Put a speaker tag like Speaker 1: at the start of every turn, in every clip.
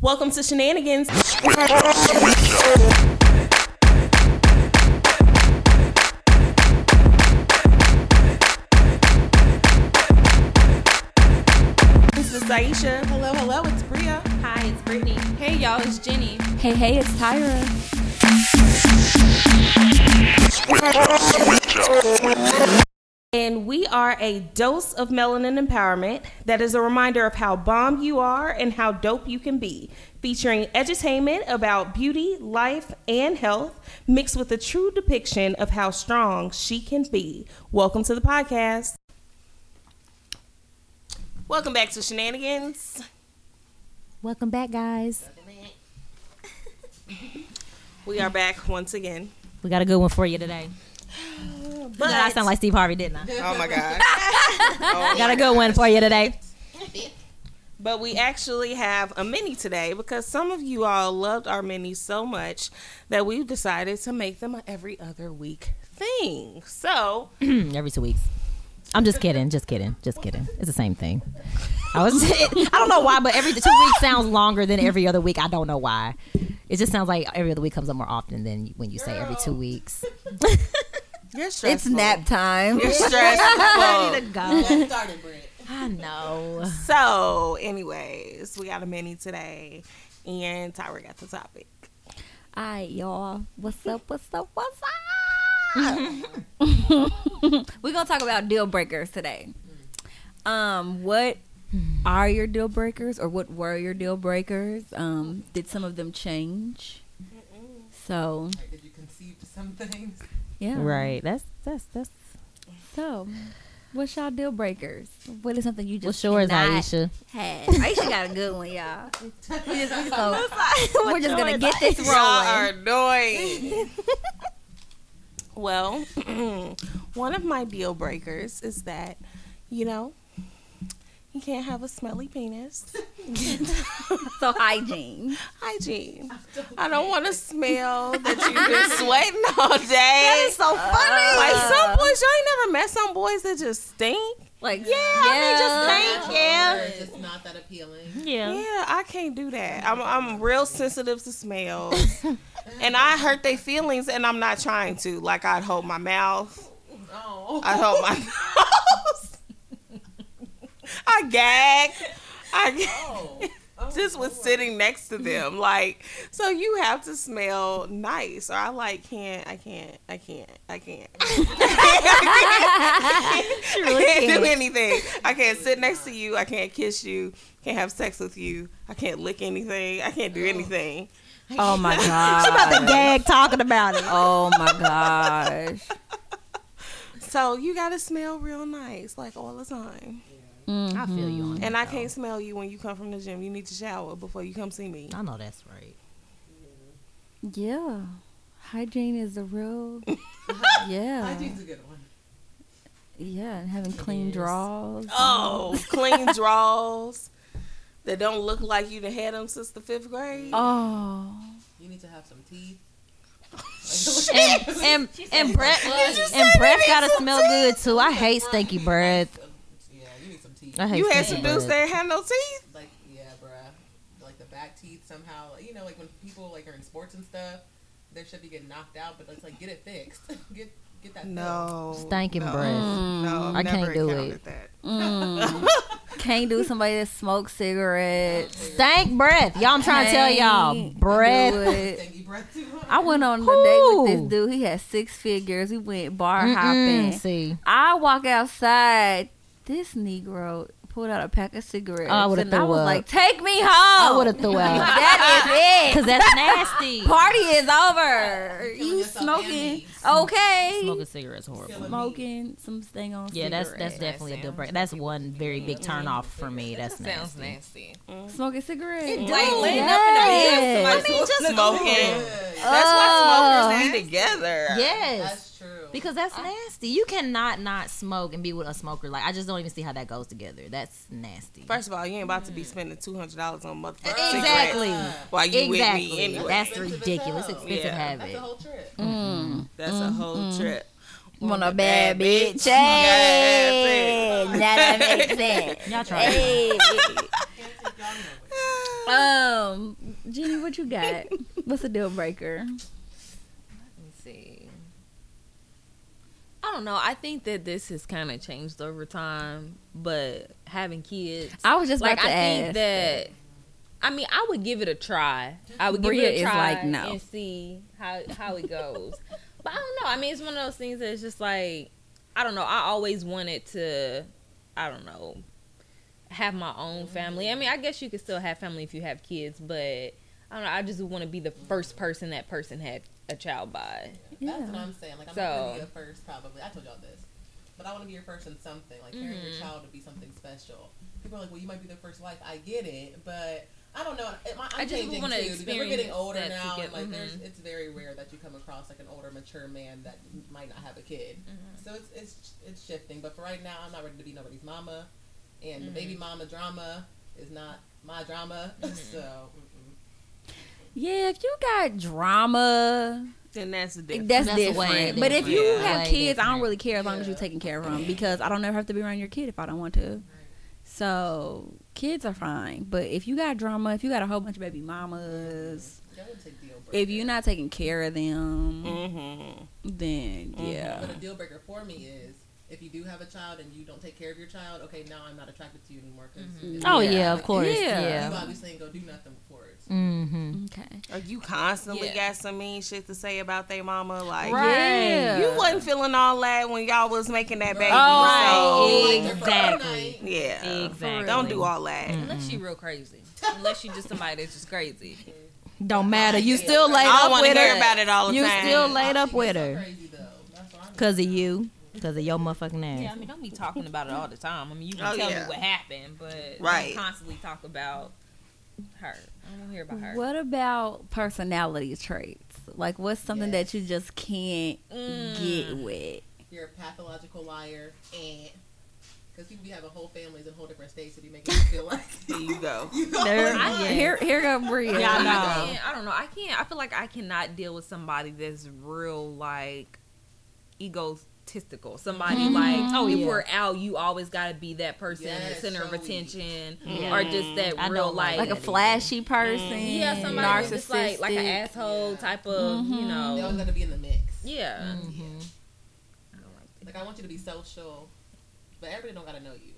Speaker 1: Welcome to Shenanigans. This is Aisha.
Speaker 2: Hello, hello, it's Bria.
Speaker 3: Hi, it's Brittany. Hey, y'all, it's Jenny.
Speaker 4: Hey, hey, it's Tyra.
Speaker 1: And we are a dose of melanin empowerment that is a reminder of how bomb you are and how dope you can be, featuring edutainment about beauty, life, and health, mixed with a true depiction of how strong she can be. Welcome to the podcast. Welcome back to Shenanigans.
Speaker 4: Welcome back, guys.
Speaker 1: We are back once again.
Speaker 4: We got a good one for you today.
Speaker 1: But
Speaker 4: I sound like Steve Harvey, didn't I?
Speaker 2: Oh my God.
Speaker 4: got a good one for you today.
Speaker 1: But we actually have a mini today because some of you all loved our mini so much that we've decided to make them a every other week thing. So
Speaker 4: Hmm, Every two weeks. I'm just kidding, just kidding, just kidding. It's the same thing. I was. I don't know why, but every two weeks sounds longer than every other week. I don't know why. It just sounds like every other week comes up more often than when you say every two weeks.
Speaker 1: you're stressful.
Speaker 5: It's nap time.
Speaker 1: You're stressful.
Speaker 4: God. I know.
Speaker 1: so, anyways, we got a mini today, and Tyra got the topic.
Speaker 5: All right, y'all. What's up? What's up? What's up? We're gonna talk about deal breakers today. Um, what are your deal breakers, or what were your deal breakers? Um, did some of them change? So
Speaker 2: Did you conceive some things?
Speaker 5: yeah,
Speaker 4: Right. That's that's that's.
Speaker 5: So, what's y'all deal breakers? What is something you just
Speaker 4: What's yours,
Speaker 5: cannot
Speaker 4: Aisha?
Speaker 5: Have? Aisha got a good one, y'all. We just- we just gonna- we're just gonna get this
Speaker 1: Y'all are
Speaker 5: rolling.
Speaker 1: annoying. well, one of my deal breakers is that, you know, you can't have a smelly penis.
Speaker 5: So hygiene.
Speaker 1: Hygiene. I don't want to smell that you've been sweating all day. That is so funny. like some boys, y'all ain't never met some boys that just stink.
Speaker 5: Like
Speaker 1: Yeah, they just stink. Yeah.
Speaker 2: It's just not that appealing.
Speaker 1: Yeah, I can't do that. I'm I'm real sensitive to smells, and I hurt their feelings, and I'm not trying to. Like I'd hold my mouth.
Speaker 2: Oh.
Speaker 1: I hold my nose. I gag. I gag.
Speaker 2: Oh.
Speaker 1: just was sitting next to them. Like, so you have to smell nice, or I like can't. I can't. I can't. I can't. I can't, I can't do anything. I can't sit next to you. I can't kiss you. Can't have sex with you. I can't lick anything. I can't do anything.
Speaker 5: Oh my god.
Speaker 4: Gag talking about it.
Speaker 5: oh my gosh.
Speaker 1: So you gotta smell real nice, like all the time.
Speaker 4: I feel you on
Speaker 1: And I can't smell you when you come from the gym. You need to shower before you come see me.
Speaker 4: I know that's right.
Speaker 5: Yeah. Hygiene is the real
Speaker 2: I
Speaker 5: Yeah.
Speaker 2: choose a good one.
Speaker 5: Yeah, and having clean draws.
Speaker 1: Oh, clean drawers that don't look like you done had them since the fifth grade.
Speaker 5: Oh.
Speaker 2: You need to have some teeth.
Speaker 4: and and, and breath and breath gotta smell good too. I hate stinky breath.
Speaker 2: um, Yeah, you need some teeth.
Speaker 4: I hate
Speaker 1: you had some
Speaker 4: stinky
Speaker 1: dudes
Speaker 4: breath.
Speaker 1: that had no teeth.
Speaker 2: Like, yeah, bruh. Like the back teeth somehow. You know, like when people like are in sports and stuff, their shit be getting knocked out, but it's like get it fixed. get get that.
Speaker 4: Stinking breath.
Speaker 1: Mm. No,
Speaker 4: I can't do it.
Speaker 1: That.
Speaker 5: Mm. Can't do somebody that smokes cigarettes.
Speaker 4: Stank breath. Y'all, I'm trying to tell y'all,
Speaker 5: Can't do
Speaker 4: breath.
Speaker 5: it.
Speaker 2: Thank you, breath too.
Speaker 5: I went on a date with
Speaker 4: Ooh.
Speaker 5: this dude. He had six figures. We went bar
Speaker 4: Mm,
Speaker 5: hopping.
Speaker 4: see,
Speaker 5: I walk outside. This Negro pulled out a pack of cigarettes.
Speaker 4: Oh, I would've
Speaker 5: and I
Speaker 4: threw
Speaker 5: was
Speaker 4: up.
Speaker 5: like, take me home.
Speaker 4: I would have threw out
Speaker 5: That is it.
Speaker 4: because that's nasty.
Speaker 5: Party is over. You
Speaker 2: yourself and
Speaker 5: smoking.
Speaker 2: me.
Speaker 5: Okay.
Speaker 4: Smoking cigarettes horrible.
Speaker 5: Smoking some thing on
Speaker 4: Yeah, that's that's
Speaker 5: cigarette.
Speaker 4: definitely a deal breaker. That's one very big turn off for me. That's
Speaker 6: Sounds
Speaker 4: nasty.
Speaker 6: nasty.
Speaker 5: Smoking cigarettes.
Speaker 6: Like laying
Speaker 5: Yes.
Speaker 6: up in the bed. Somebody's
Speaker 1: Just smoking.
Speaker 2: Good.
Speaker 1: That's why smokers
Speaker 4: Oh.
Speaker 1: be together.
Speaker 4: Yes.
Speaker 2: That's true.
Speaker 4: Because that's nasty. You cannot not smoke and be with a smoker. Like I just don't even see how that goes together. That's nasty.
Speaker 1: First of all, you ain't about to be spending two hundred dollars on motherfucking cigarettes
Speaker 4: Exactly.
Speaker 1: while you
Speaker 4: Exactly.
Speaker 1: with me anyway. That's,
Speaker 4: That's
Speaker 2: Expensive as
Speaker 4: ridiculous.
Speaker 2: hell.
Speaker 4: Expensive
Speaker 1: Yeah.
Speaker 4: habit.
Speaker 2: That's a whole trip.
Speaker 4: Mm.
Speaker 1: a whole
Speaker 4: Mm-hmm.
Speaker 1: trip.
Speaker 5: Want a bad
Speaker 1: Yes,
Speaker 5: bitch. Hey. Now that makes sense.
Speaker 4: Y'all try.
Speaker 5: Hey.
Speaker 2: Can't take y'all nowhere.
Speaker 5: um, Um, Jenny, what you got? What's a deal breaker?
Speaker 6: Let me see. I don't know. I think that this has kind of changed over time, but having kids,
Speaker 5: I was just
Speaker 6: like
Speaker 5: about
Speaker 6: I
Speaker 5: to
Speaker 6: think
Speaker 5: ask.
Speaker 6: that. I mean, I would give it a try. I would give
Speaker 5: Bria
Speaker 6: it
Speaker 5: is
Speaker 6: a try
Speaker 5: like, no.
Speaker 6: and see how how it goes. but I don't know. I mean, it's one of those things that's just like I don't know. I always wanted to. I don't know. Have my own family. I mean, I guess you could still have family if you have kids, but I don't know. I just want to be the first person that person had a child by.
Speaker 5: Yeah.
Speaker 2: That's what I'm saying. Like I'm not
Speaker 6: So-
Speaker 2: gonna be a first probably. I told y'all this. But I want to be your first in something. Like parent your
Speaker 6: Mhm.
Speaker 2: child to be something special. People are like, well, you might be the first wife. I get it, but I don't know. It- my- I'm
Speaker 6: I just
Speaker 2: changing
Speaker 6: wanna
Speaker 2: too because we're getting
Speaker 6: experience
Speaker 2: older
Speaker 6: that
Speaker 2: now,
Speaker 6: together.
Speaker 2: and like, there's,
Speaker 6: Mhm.
Speaker 2: it's very rare that you come across like an older, mature man that might not have a kid.
Speaker 6: Mm-hmm.
Speaker 2: So it's it's it's shifting. But for right now, I'm not ready to be nobody's mama, and the
Speaker 6: Mm-hmm.
Speaker 2: baby mama drama is not my drama. So mm-mm.
Speaker 5: Yeah, if you got drama,
Speaker 1: Then that's the difference.
Speaker 5: that's,
Speaker 4: That's way
Speaker 5: different. But if you
Speaker 4: different.
Speaker 5: have
Speaker 4: Way
Speaker 5: kids, I don't
Speaker 4: different.
Speaker 5: really care as long as you're
Speaker 2: Yeah.
Speaker 5: taken care of them because I don't ever have to be around your kid if I don't want to. So kids are fine. But if you got drama, if you got a whole bunch of baby mamas,
Speaker 2: y'all would take deal breaker.
Speaker 5: if you're not taking care of them,
Speaker 1: Mm-hmm.
Speaker 5: then yeah.
Speaker 2: But a deal breaker for me is if you do have a child and you don't take care of your child. Okay, now I'm not attracted to you anymore. because
Speaker 4: Oh yeah, of course.
Speaker 5: Yeah.
Speaker 2: You
Speaker 4: Yeah.
Speaker 2: obviously ain't gonna do nothing for it.
Speaker 4: Mm-hmm.
Speaker 5: Okay.
Speaker 1: Or you constantly
Speaker 6: Yeah.
Speaker 1: got some mean shit to say about their mama. Like,
Speaker 4: Right.
Speaker 1: you wasn't feeling all that when y'all was making that baby.
Speaker 4: Oh,
Speaker 1: so-
Speaker 2: Like, they're for one
Speaker 4: exactly.
Speaker 2: night,
Speaker 1: yeah.
Speaker 4: Exactly.
Speaker 1: Don't do all that.
Speaker 6: Unless you real crazy. Unless you just somebody that's just crazy.
Speaker 4: Don't matter. You still laid
Speaker 1: I
Speaker 4: up
Speaker 1: don't want to
Speaker 4: with
Speaker 1: hear
Speaker 4: her.
Speaker 1: about it all the
Speaker 4: You
Speaker 1: time.
Speaker 4: still laid up
Speaker 2: She's
Speaker 4: with
Speaker 2: so
Speaker 4: her
Speaker 2: Crazy though. That's what I'm
Speaker 4: because of you, because of your motherfucking
Speaker 6: Yeah, I
Speaker 4: ass.
Speaker 6: mean, don't be talking about it all the time. I mean, you can
Speaker 1: Oh,
Speaker 6: tell
Speaker 1: yeah.
Speaker 6: me what happened, but
Speaker 1: Right.
Speaker 6: right. constantly talk about her. I don't want to hear about her.
Speaker 5: What about personality traits? Like, what's something that you just can't
Speaker 6: Mm.
Speaker 5: get with?
Speaker 2: You're a pathological liar, and because people be having whole families in whole different states, it be making you feel like
Speaker 1: There you go.
Speaker 2: you know.
Speaker 5: There,
Speaker 6: I can't.
Speaker 5: here, here go Bria.
Speaker 4: Yeah, I know.
Speaker 6: I, can't, I don't know. I can't. I feel like I cannot deal with somebody that's real like egotistical. Somebody like, oh, if
Speaker 4: yeah.
Speaker 6: we're out, you always got to be that person,
Speaker 2: Yes,
Speaker 6: the center of
Speaker 2: showy.
Speaker 6: attention,
Speaker 4: Yeah.
Speaker 6: or just that
Speaker 4: I
Speaker 6: real
Speaker 4: don't like
Speaker 6: like,
Speaker 5: Like a flashy person.
Speaker 6: yeah, somebody that's just like like an asshole
Speaker 2: Yeah.
Speaker 6: type of you
Speaker 4: Oh.
Speaker 2: They always
Speaker 6: know,
Speaker 2: gotta be in the mix.
Speaker 6: yeah.
Speaker 5: Mm-hmm.
Speaker 4: Mhm.
Speaker 6: I don't like that.
Speaker 2: Like I want you to be social, but everybody don't gotta know you.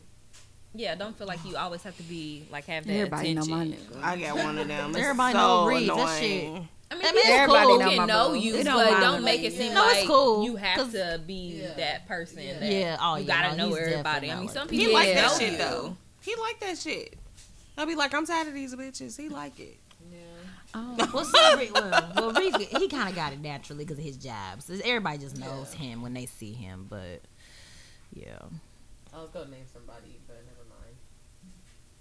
Speaker 6: Yeah, don't feel like you always have to be like have that
Speaker 5: Everybody
Speaker 6: attention.
Speaker 5: know my nigga.
Speaker 1: I got one of them. It's
Speaker 4: Everybody
Speaker 1: so
Speaker 4: know Reed. That
Speaker 1: annoying.
Speaker 6: I mean,
Speaker 4: That
Speaker 6: people
Speaker 4: man
Speaker 6: everybody
Speaker 4: cool.
Speaker 6: can
Speaker 5: Know my
Speaker 6: know
Speaker 5: boo.
Speaker 6: you,
Speaker 5: It don't
Speaker 6: but
Speaker 5: matter.
Speaker 6: don't make it
Speaker 2: Yeah.
Speaker 6: seem
Speaker 2: No,
Speaker 4: it's
Speaker 6: like
Speaker 4: cool,
Speaker 6: you
Speaker 4: 'cause-
Speaker 6: have to be
Speaker 2: Yeah.
Speaker 6: that person.
Speaker 2: Yeah.
Speaker 6: That
Speaker 4: Yeah, oh,
Speaker 6: you
Speaker 4: yeah,
Speaker 6: gotta
Speaker 4: no,
Speaker 6: know
Speaker 4: he's
Speaker 6: everybody.
Speaker 4: definitely
Speaker 6: I mean,
Speaker 4: not
Speaker 6: some
Speaker 4: like
Speaker 6: people
Speaker 1: He like
Speaker 6: can
Speaker 1: that
Speaker 6: know
Speaker 1: shit
Speaker 6: you.
Speaker 1: though. He like that shit. I'll be like, I'm tired of these bitches. He like it.
Speaker 2: Yeah.
Speaker 4: Well, so Reed, well, well, Reed, he kind of got it naturally because of his job. So everybody just knows him when they see him, but yeah.
Speaker 2: I was gonna name somebody, but never mind.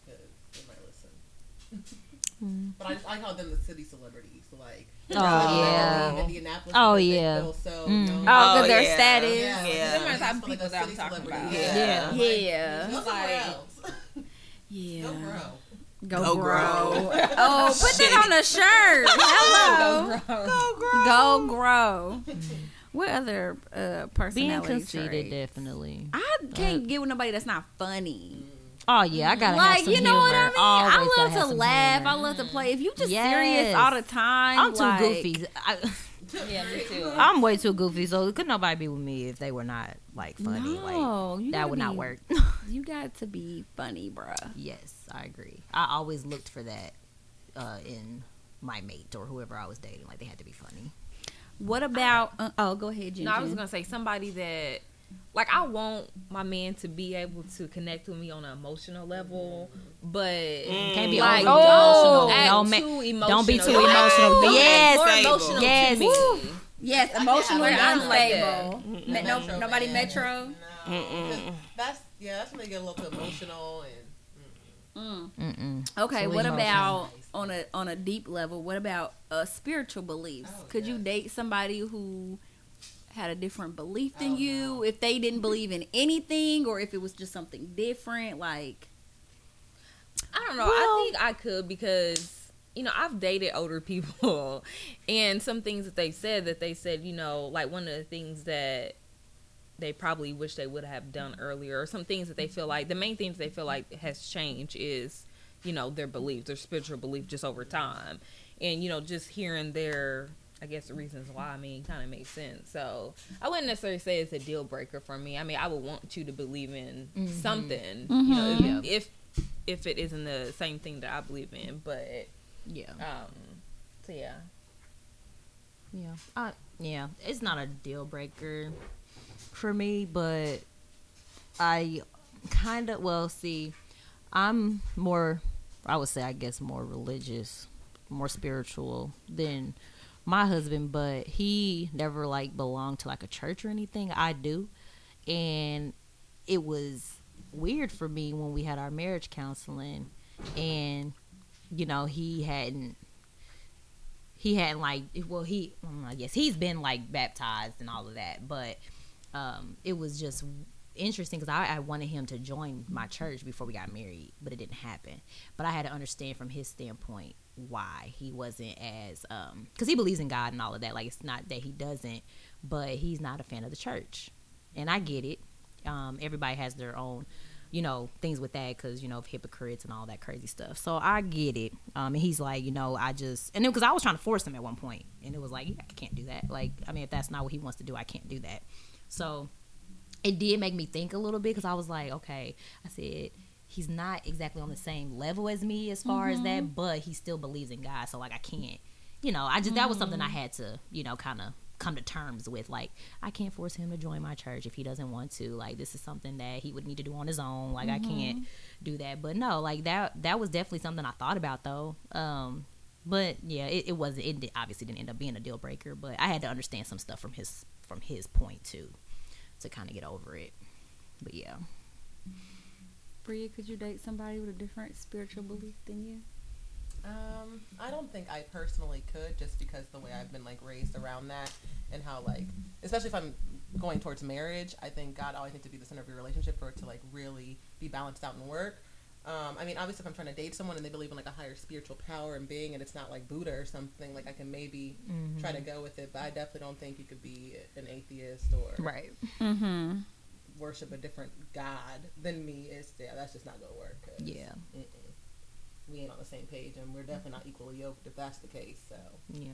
Speaker 2: 'Cause they might listen.
Speaker 4: Mm.
Speaker 2: but I, just, I call them the city celebrities. Like,
Speaker 4: Oh,
Speaker 2: Chicago,
Speaker 4: yeah.
Speaker 2: Atlanta, Indianapolis.
Speaker 4: Oh,
Speaker 2: because they
Speaker 4: yeah.
Speaker 2: feel So,
Speaker 4: Mm.
Speaker 2: known.
Speaker 1: Oh,
Speaker 5: Oh, because their
Speaker 1: yeah.
Speaker 5: status.
Speaker 2: yeah.
Speaker 1: yeah.
Speaker 2: They're
Speaker 6: Them are the type of
Speaker 2: just like
Speaker 6: people
Speaker 2: a
Speaker 6: that I'm
Speaker 2: city
Speaker 6: talking
Speaker 2: celebrity.
Speaker 6: about.
Speaker 1: Yeah.
Speaker 4: Yeah.
Speaker 5: Yeah.
Speaker 2: Go somewhere else.
Speaker 5: Yeah.
Speaker 2: Go grow.
Speaker 5: Go,
Speaker 1: Go grow.
Speaker 5: Oh, put that on a shirt. Hello.
Speaker 6: Go grow.
Speaker 1: Oh,
Speaker 5: Go grow. What other uh,
Speaker 4: Being
Speaker 5: personality
Speaker 4: conceited,
Speaker 5: trait?
Speaker 4: definitely.
Speaker 5: I can't get with nobody that's not funny.
Speaker 4: Oh yeah, I gotta have
Speaker 5: Like
Speaker 4: some
Speaker 5: you know what I
Speaker 4: humor.
Speaker 5: mean?
Speaker 4: Always
Speaker 5: I
Speaker 4: gotta
Speaker 5: love
Speaker 4: have
Speaker 5: to
Speaker 4: some
Speaker 5: laugh.
Speaker 4: humor.
Speaker 5: I love to play. If you just
Speaker 4: Yes.
Speaker 5: serious all the time,
Speaker 4: I'm too
Speaker 5: like-
Speaker 4: goofy. I,
Speaker 6: Yeah, me too.
Speaker 4: I'm way too goofy, so could nobody be with me if they were not like funny. like
Speaker 5: No, you
Speaker 4: that
Speaker 5: gotta
Speaker 4: would not
Speaker 5: be-
Speaker 4: work.
Speaker 5: You got to be funny, bruh.
Speaker 4: yes, I agree. I always looked for that uh, in my mate or whoever I was dating. Like they had to be funny.
Speaker 5: What about? Uh, oh, go ahead, Jen.
Speaker 6: No, I was
Speaker 5: Jen.
Speaker 6: gonna say somebody that, like, I want my man to be able to connect with me on an emotional level, but
Speaker 4: Can't be overly
Speaker 6: like, Mm.
Speaker 4: emotional.
Speaker 6: don't act
Speaker 4: No, ma-
Speaker 6: too emotional.
Speaker 4: don't be too
Speaker 6: Don't act-
Speaker 4: emotional.
Speaker 6: don't act
Speaker 4: Yes,
Speaker 6: more
Speaker 1: Abel.
Speaker 6: emotional to
Speaker 4: Yes.
Speaker 6: me.
Speaker 5: Yes, emotionally
Speaker 6: I don't like
Speaker 5: unstable. Me- no,
Speaker 2: Metro
Speaker 5: nobody
Speaker 2: man.
Speaker 5: metro.
Speaker 2: No. 'Cause That's yeah. That's when they get a little too emotional and
Speaker 5: Mm.
Speaker 4: Mm-mm.
Speaker 5: Okay,
Speaker 4: So
Speaker 5: what
Speaker 4: emotional.
Speaker 5: about on a on a deep level? What about uh, spiritual beliefs?
Speaker 2: Oh,
Speaker 5: Could you
Speaker 2: yes.
Speaker 5: date somebody who had a different belief than
Speaker 2: Oh,
Speaker 5: you?
Speaker 2: no.
Speaker 5: If they didn't believe in anything, or if it was just something different, like
Speaker 6: I don't know.
Speaker 5: Well-
Speaker 6: I think I could because you know I've dated older people, and some things that they said that they said you know like one of the things that they probably wish they would have done earlier, or some things that they feel like the main things they feel like has changed is you know their belief, their spiritual belief, just over time, and you know just hearing their I guess the reasons why I mean kind of makes sense. So I wouldn't necessarily say it's a deal breaker for me. I mean I would want you to believe in something, you know, if, if if it isn't the same thing that I believe in, but
Speaker 4: Yeah.
Speaker 6: um, so yeah.
Speaker 4: Yeah. Uh, yeah. It's not a deal breaker for me, but I kind of, well, see, I'm more, I would say, I guess, more religious, more spiritual than my husband, but he never like belonged to like a church or anything. I do. And it was weird for me when we had our marriage counseling and, you know, he hadn't he hadn't like well he mm, I guess he's been like baptized and all of that, but um, it was just interesting because I, I wanted him to join my church before we got married, but it didn't happen. But I had to understand from his standpoint why he wasn't as because he believes in God and all of that. Like it's not that he doesn't, but he's not a fan of the church, and I get it. Um, everybody has their own. You know things with that because you know of hypocrites and all that crazy stuff. So I get it. Um, and he's like, you know, I just and then because I was trying to force him at one point, and it was like, I can't do that. Like, I mean, if that's not what he wants to do, I can't do that. So it did make me think a little bit because I was like, okay, I said he's not exactly on the same level as me as far as that, but he still believes in God, so like I can't, you know, I just that was something I had to, you know, kind of come to terms with like I can't force him to join my church if he doesn't want to. Like this is something that he would need to do on his own. Like I can't do that. But no, like that that was definitely something I thought about though. Um but yeah, it, it wasn't it di- obviously didn't end up being a deal breaker, but I had to understand some stuff from his from his point too to kind of get over it. But yeah,
Speaker 5: Bria, could you date somebody with a different spiritual belief than you?
Speaker 2: Um, I don't think I personally could, just because the way I've been like raised around that, and how like, especially if I'm going towards marriage, I think God always needs to be the center of your relationship for it to like really be balanced out and work. Um, I mean, obviously, if I'm trying to date someone and they believe in like a higher spiritual power and being, and it's not like Buddha or something, like I can maybe try to go with it. But I definitely don't think you could be an atheist or
Speaker 4: right.
Speaker 5: Mm-hmm.
Speaker 2: worship a different god than me. It's yeah, that's just not gonna work. 'cause
Speaker 4: Yeah,
Speaker 2: we ain't on the same page, and we're definitely not equally yoked if that's the case. So.
Speaker 4: yeah.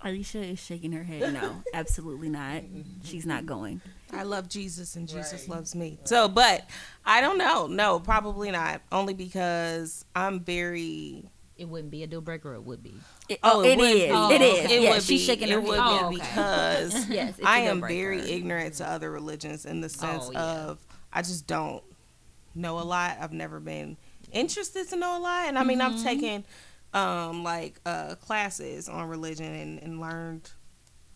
Speaker 5: Alicia is shaking her head. No, absolutely not. She's not going.
Speaker 1: I love Jesus and Jesus
Speaker 2: Right.
Speaker 1: loves me. So, but I don't know. No, probably not. Only because I'm very.
Speaker 4: It wouldn't be a deal breaker. It would be.
Speaker 5: It,
Speaker 1: Oh,
Speaker 5: oh,
Speaker 1: it
Speaker 5: it
Speaker 1: would
Speaker 5: is.
Speaker 1: be.
Speaker 5: it is.
Speaker 1: It
Speaker 5: yeah,
Speaker 1: would
Speaker 5: she's
Speaker 1: be.
Speaker 5: shaking her
Speaker 1: It would
Speaker 5: head.
Speaker 4: Oh,
Speaker 1: be
Speaker 4: okay.
Speaker 1: because
Speaker 5: Yes, it's a
Speaker 1: I
Speaker 5: deal
Speaker 1: am
Speaker 5: breaker.
Speaker 1: very ignorant to other religions in the sense
Speaker 4: Oh, yeah.
Speaker 1: of I just don't know a lot. I've never been interested to know a lot, and I mean
Speaker 5: Mm-hmm.
Speaker 1: I've taken um, like uh, classes on religion and, and learned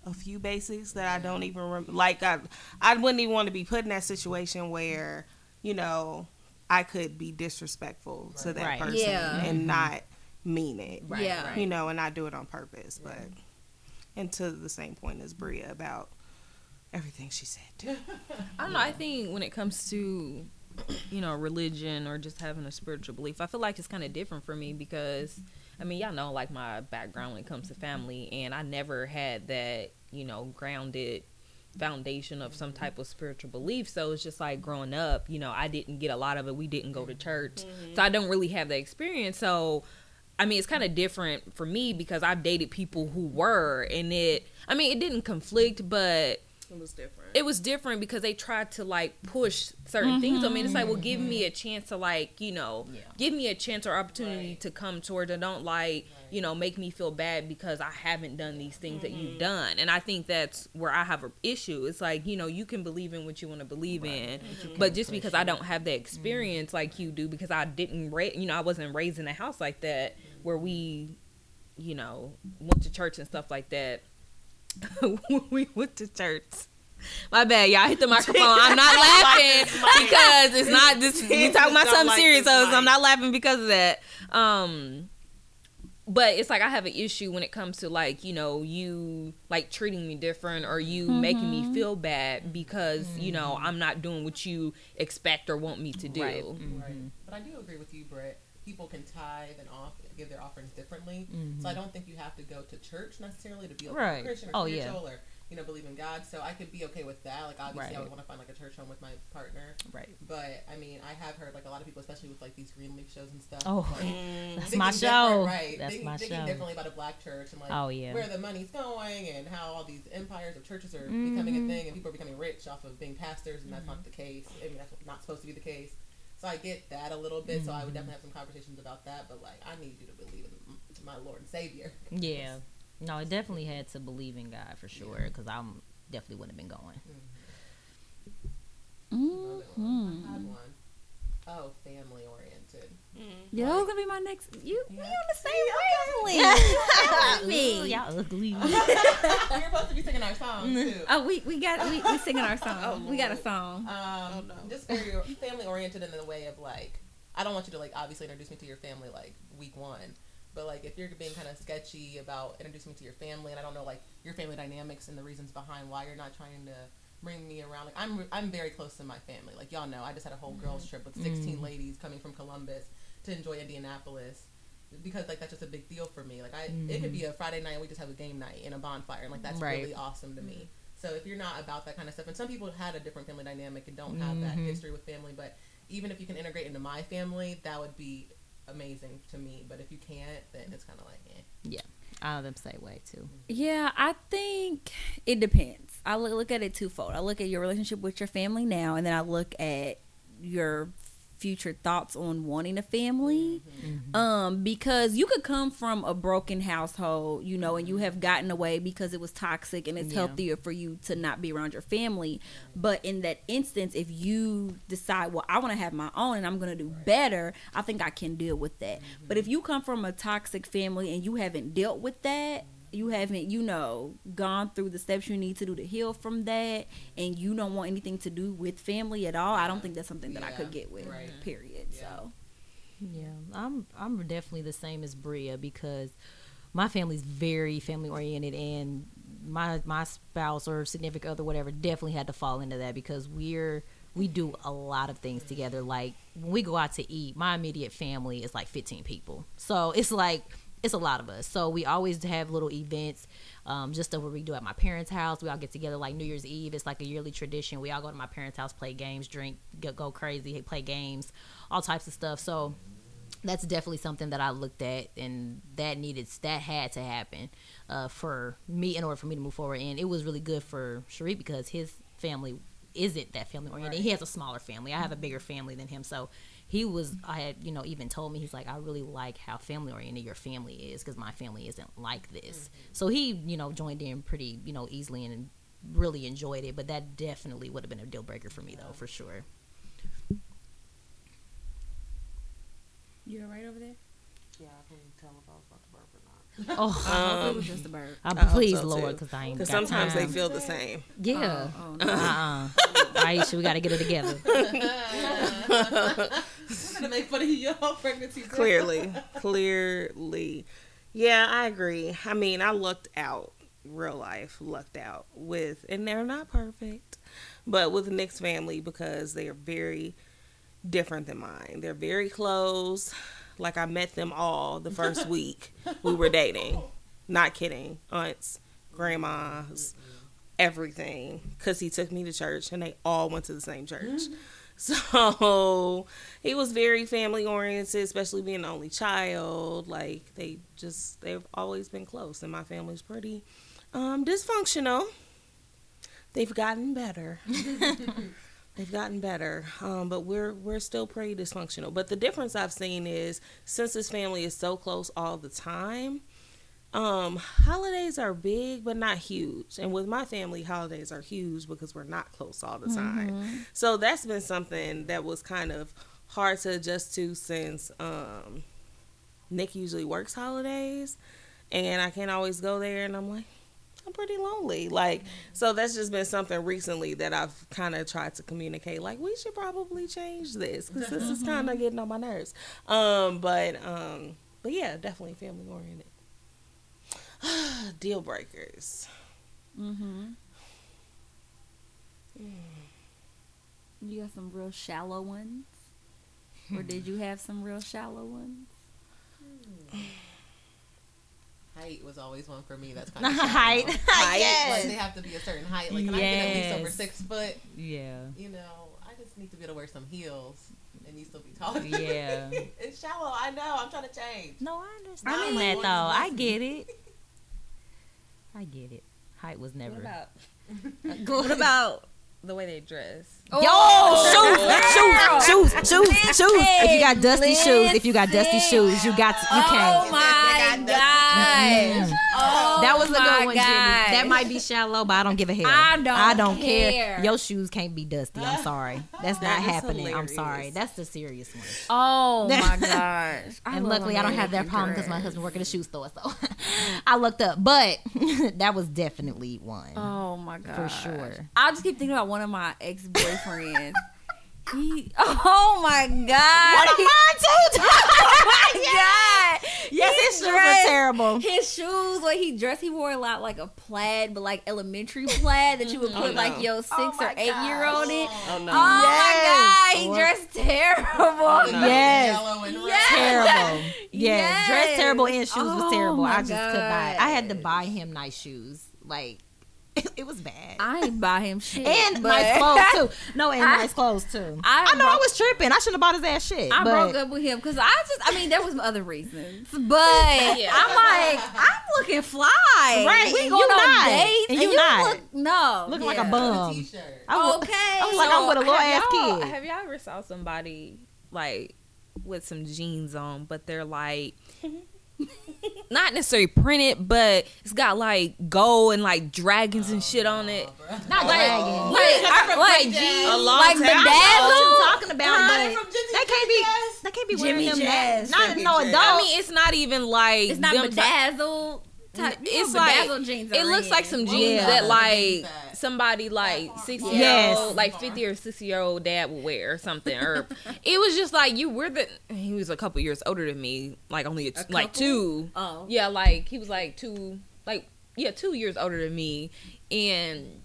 Speaker 1: a few basics that I don't even remember. Like I, I wouldn't even want to be put in that situation where you know I could be disrespectful to that
Speaker 4: Right.
Speaker 1: person
Speaker 5: Yeah.
Speaker 1: and not mean it
Speaker 4: Right,
Speaker 5: Yeah.
Speaker 4: right.
Speaker 1: you know, and I do it on purpose. But and to the same point as Bria about everything she said.
Speaker 6: I don't know. I think when it comes to, you know, religion or just having a spiritual belief, I feel like it's kind of different for me because, I mean, y'all know like my background when it comes to family, and I never had that, you know, grounded foundation of some type of spiritual belief. So it's just like growing up, you know, I didn't get a lot of it. We didn't go to church. So I don't really have that experience. So I mean, it's kind of different for me because I've dated people who were, and it, I mean, it didn't conflict, but
Speaker 2: It was different.
Speaker 6: it was different because they tried to like push certain things. I mean, it's like, well, give me a chance to like, you know,
Speaker 4: Yeah.
Speaker 6: give me a chance or opportunity to come towards and don't like, you know, make me feel bad because I haven't done these things that you've done. And I think that's where I have an issue. It's like, you know, you can believe in what you want to believe in, but just because I don't have that experience like you do, because I didn't, ra- you know, I wasn't raised in a house like that where we, you know, went to church and stuff like that. when we went to church. My bad, y'all. I hit the microphone. I'm not laughing because it's not this. We talking about
Speaker 1: Don't
Speaker 6: something
Speaker 1: like
Speaker 6: serious,
Speaker 1: this
Speaker 6: so
Speaker 1: mic.
Speaker 6: I'm not laughing because of that. Um, but it's like I have an issue when it comes to like you know you like treating me different or you making me feel bad because you know I'm not doing what you expect or want me to do.
Speaker 4: Right.
Speaker 2: Right. But I do agree with you, Brett. People can tithe and off, give their offerings differently. So I don't think you have to go to church necessarily to be a
Speaker 4: Mm-hmm. Right.
Speaker 2: Christian or
Speaker 4: Oh, yeah.
Speaker 2: spiritual or you know, believe in God. So I could be okay with that. Like obviously, I
Speaker 1: Right.
Speaker 2: would want to find like a church home with my partner.
Speaker 1: Right.
Speaker 2: But I mean, I have heard like a lot of people, especially with like these green leaf shows and stuff.
Speaker 4: Oh,
Speaker 2: like,
Speaker 1: Mm,
Speaker 4: that's
Speaker 2: thinking
Speaker 4: my
Speaker 2: different,
Speaker 4: show.
Speaker 2: Right.
Speaker 4: That's
Speaker 2: thinking,
Speaker 4: my
Speaker 2: thinking
Speaker 4: show.
Speaker 2: differently about a black church and like
Speaker 4: Oh, yeah.
Speaker 2: where the money's going and how all these empires of churches are becoming a thing and people are becoming rich off of being pastors and that's not the case. I mean, that's not supposed to be the case. So I get that a little bit. So I would definitely have some conversations about that. But like, I need you to believe in my Lord and Savior.
Speaker 4: Yeah. No, I definitely had to believe in God for sure because I'm definitely wouldn't have been going.
Speaker 2: mm I had one. Oh, family oriented.
Speaker 5: Yeah, that was gonna be my next. You, we on the same
Speaker 4: Ooh,
Speaker 5: wavelength.
Speaker 4: y'all ugly.
Speaker 2: we were supposed to be singing our songs too.
Speaker 5: Oh, we we got we, we singing our song.
Speaker 2: Oh,
Speaker 5: we got a
Speaker 2: Lord.
Speaker 5: song.
Speaker 2: Um,
Speaker 1: Oh, no.
Speaker 2: just very family oriented in the way of like, I don't want you to like obviously introduce me to your family like week one, but like if you're being kind of sketchy about introducing me to your family and I don't know like your family dynamics and the reasons behind why you're not trying to bring me around. Like I'm I'm very close to my family. Like y'all know, I just had a whole girls trip with 16 ladies coming from Columbus to enjoy Indianapolis. Because like that's just a big deal for me. Like I, it could be a Friday night and we just have a game night and a bonfire, and like that's
Speaker 4: Right.
Speaker 2: really awesome to me. So if you're not about that kind of stuff, and some people had a different family dynamic and don't have that history with family, but even if you can integrate into my family, that would be amazing to me. But if you can't, then it's kind of like, eh.
Speaker 4: I'm the same way too.
Speaker 5: Yeah, I think it depends. I look, look at it twofold. I look at your relationship with your family now, and then I look at your future thoughts on wanting a family. Um, because you could come from a broken household, you know, and you have gotten away because it was toxic and it's
Speaker 4: Yeah.
Speaker 5: healthier for you to not be around your family. But in that instance, if you decide, well, I want to have my own and I'm going to do better, I think I can deal with that. But if you come from a toxic family and you haven't dealt with that, you haven't, you know, gone through the steps you need to do to heal from that, and you don't want anything to do with family at all, I don't think that's something that I could
Speaker 2: Yeah.
Speaker 5: get with,
Speaker 2: Right.
Speaker 5: period.
Speaker 2: Yeah.
Speaker 5: So.
Speaker 4: Yeah, I'm I'm definitely the same as Bria because my family's very family oriented and my my spouse or significant other whatever definitely had to fall into that because we're we do a lot of things together like when we go out to eat my immediate family is like 15 people so it's like it's a lot of us so we always have little events um, just stuff what we do at my parents house we all get together like new year's eve it's like a yearly tradition we all go to my parents house play games drink go, go crazy play games all types of stuff so that's definitely something that I looked at, and that needed that had to happen uh, for me in order for me to move forward. And it was really good for Sharif because his family isn't that family oriented. He has a smaller family. I have a bigger family than him, so he was. I had you know even told me he's like I really like how family oriented your family is because my family isn't like this.
Speaker 1: Mm-hmm.
Speaker 4: So he you know joined in pretty you know easily and really enjoyed it. But that definitely would have been a deal breaker for me though for sure.
Speaker 5: You're right over there?
Speaker 7: Yeah, I couldn't tell if I was about to burp or not.
Speaker 4: Oh,
Speaker 5: it was just a bird.
Speaker 4: I'm
Speaker 1: I hope
Speaker 4: please
Speaker 1: so,
Speaker 4: Lord
Speaker 1: too.
Speaker 4: because I ain't.
Speaker 1: Because
Speaker 4: Because
Speaker 1: sometimes they feel um, the same.
Speaker 4: yeah.
Speaker 5: Oh,
Speaker 4: Uh uh Aisha, we got to get it together.
Speaker 2: I'm gonna make fun of y'all pregnancy. too.
Speaker 1: Clearly. Clearly. Yeah, I agree. I mean, I lucked out, real life, lucked out with, and they're not perfect, but with Nick's family because they are very different than mine. They're very close. Like, I met them all the first week we were dating. Not kidding. Aunts, grandmas, everything because he took me to church and they all went to the same church. So he was very family oriented, especially being the only child. Like they just they've always been close and my family's pretty um dysfunctional. They've gotten better. They've gotten better, um, but we're we're still pretty dysfunctional. But the difference I've seen is since this family is so close all the time, um, holidays are big but not huge. And with my family, holidays are huge because we're not close all the time. So that's been something that was kind of hard to adjust to since um, Nick usually works holidays, and I can't always go there. And I'm like, I'm pretty lonely. Like, so that's just been something recently that I've kind of tried to communicate. Like, we should probably change this because this is kind of getting on my nerves. Um, but um, but yeah, definitely family oriented. Deal breakers.
Speaker 5: Mm-hmm. You got some real shallow ones? Or did you have some real shallow ones?
Speaker 2: I
Speaker 1: height was always one for me. That's kind of
Speaker 4: height.
Speaker 1: Like
Speaker 4: yes.
Speaker 1: they have to be a certain height. Like can I get at least over
Speaker 4: Yes.
Speaker 1: six foot?
Speaker 4: Yeah.
Speaker 1: You know, I just need to be able to wear some heels and you still be tall.
Speaker 4: Yeah.
Speaker 1: it's shallow. I know. I'm trying to change.
Speaker 4: No, I understand
Speaker 1: I mean-
Speaker 4: that though. I get it. I get it. Height was never.
Speaker 6: What about what about the way they dress?
Speaker 4: Yo, shoes, shoes, shoes, shoes, shoes. If you got dusty shoes, if you got dusty shoes, you got you
Speaker 5: Oh
Speaker 4: can't. Mm.
Speaker 5: my
Speaker 6: Oh
Speaker 5: gosh. Oh
Speaker 4: That was a
Speaker 5: my
Speaker 4: good one, Jimmy.
Speaker 5: gosh.
Speaker 4: That might be shallow, but I don't give a hell.
Speaker 5: I don't
Speaker 4: care.
Speaker 5: care.
Speaker 4: Your shoes can't be dusty. I'm sorry. That's
Speaker 6: That
Speaker 4: not
Speaker 6: is
Speaker 4: happening. I'm
Speaker 6: hilarious.
Speaker 4: sorry. That's the serious one.
Speaker 5: Oh my gosh.
Speaker 4: and luckily, I don't have that problem because my husband worked at a shoe store, so I looked up. But that was definitely one.
Speaker 5: Oh my god.
Speaker 4: sure.
Speaker 5: I just keep thinking about one of my ex boyfriends. he oh my god.
Speaker 4: One of mine too.
Speaker 5: oh my god.
Speaker 4: yes,
Speaker 5: He
Speaker 4: his shoes were
Speaker 5: dressed-
Speaker 4: terrible.
Speaker 5: His shoes, like he dressed, he wore a lot like a plaid, but like elementary plaid that you
Speaker 4: Mm-hmm.
Speaker 5: would put
Speaker 4: Oh,
Speaker 5: like your six or eight year old in.
Speaker 1: Oh no.
Speaker 5: Oh
Speaker 4: Yes.
Speaker 5: my god, he
Speaker 4: What?
Speaker 5: dressed terrible.
Speaker 1: With
Speaker 4: Yes.
Speaker 1: Oh, Yellow and red.
Speaker 5: Yes.
Speaker 4: terrible. Yeah, dress
Speaker 5: Yes.
Speaker 4: terrible and shoes
Speaker 5: Oh
Speaker 4: was terrible. I
Speaker 5: my
Speaker 4: just could not. I had to buy him nice shoes. Like it, was bad.
Speaker 5: I ain't buy him shit.
Speaker 4: and
Speaker 5: but-
Speaker 4: nice clothes too. No, and
Speaker 5: I-
Speaker 4: nice clothes too.
Speaker 5: I
Speaker 4: I, know I
Speaker 5: broke-
Speaker 4: was tripping. I shouldn't have bought his ass shit.
Speaker 5: I
Speaker 4: but
Speaker 5: broke up with him because I just, I mean, there was some other reasons, but I'm like, I'm looking fly.
Speaker 4: Right,
Speaker 5: we
Speaker 4: and
Speaker 5: going
Speaker 4: you
Speaker 5: on
Speaker 4: not.
Speaker 5: dates,
Speaker 4: And you not.
Speaker 5: look no,
Speaker 4: Looking like a
Speaker 5: yeah.
Speaker 1: A
Speaker 4: bum.
Speaker 1: t-shirt.
Speaker 4: I was,
Speaker 5: okay,
Speaker 4: I was like, I'm with a little ass
Speaker 6: y'all,
Speaker 4: kid.
Speaker 6: Oh, Have y'all ever saw somebody like with some jeans on, but they're like not necessarily printed, but it's got like gold and like dragons and shit on
Speaker 1: Oh,
Speaker 6: it.
Speaker 4: Not
Speaker 5: Oh.
Speaker 4: dragging.
Speaker 6: Like, I, like jeans,
Speaker 4: What
Speaker 6: like
Speaker 4: you
Speaker 6: bedazzled.
Speaker 4: talking about?
Speaker 1: They're
Speaker 4: but
Speaker 1: from Jimmy
Speaker 4: they can't be. They can't be wearing them.
Speaker 5: Jimmy Jazz.
Speaker 4: Not
Speaker 1: Jimmy
Speaker 4: no
Speaker 1: Jazz.
Speaker 4: adult.
Speaker 6: I mean, it's not even like
Speaker 5: it's not
Speaker 6: them type-
Speaker 5: bedazzled. Type, you
Speaker 6: It's
Speaker 5: know,
Speaker 6: like-
Speaker 5: bedazzled jeans.
Speaker 6: It
Speaker 5: are
Speaker 6: looks
Speaker 5: in.
Speaker 6: like some
Speaker 1: What
Speaker 6: jeans
Speaker 1: was
Speaker 6: that
Speaker 1: the
Speaker 6: like
Speaker 1: jeans that-
Speaker 6: somebody like sixty year
Speaker 4: Yes.
Speaker 6: old, like fifty or sixty year old dad would wear or something. Or it was just like you were the. He was a couple years older than me, like only a, like two.
Speaker 5: Oh,
Speaker 6: Yeah, like he was like two, like yeah, two years older than me, and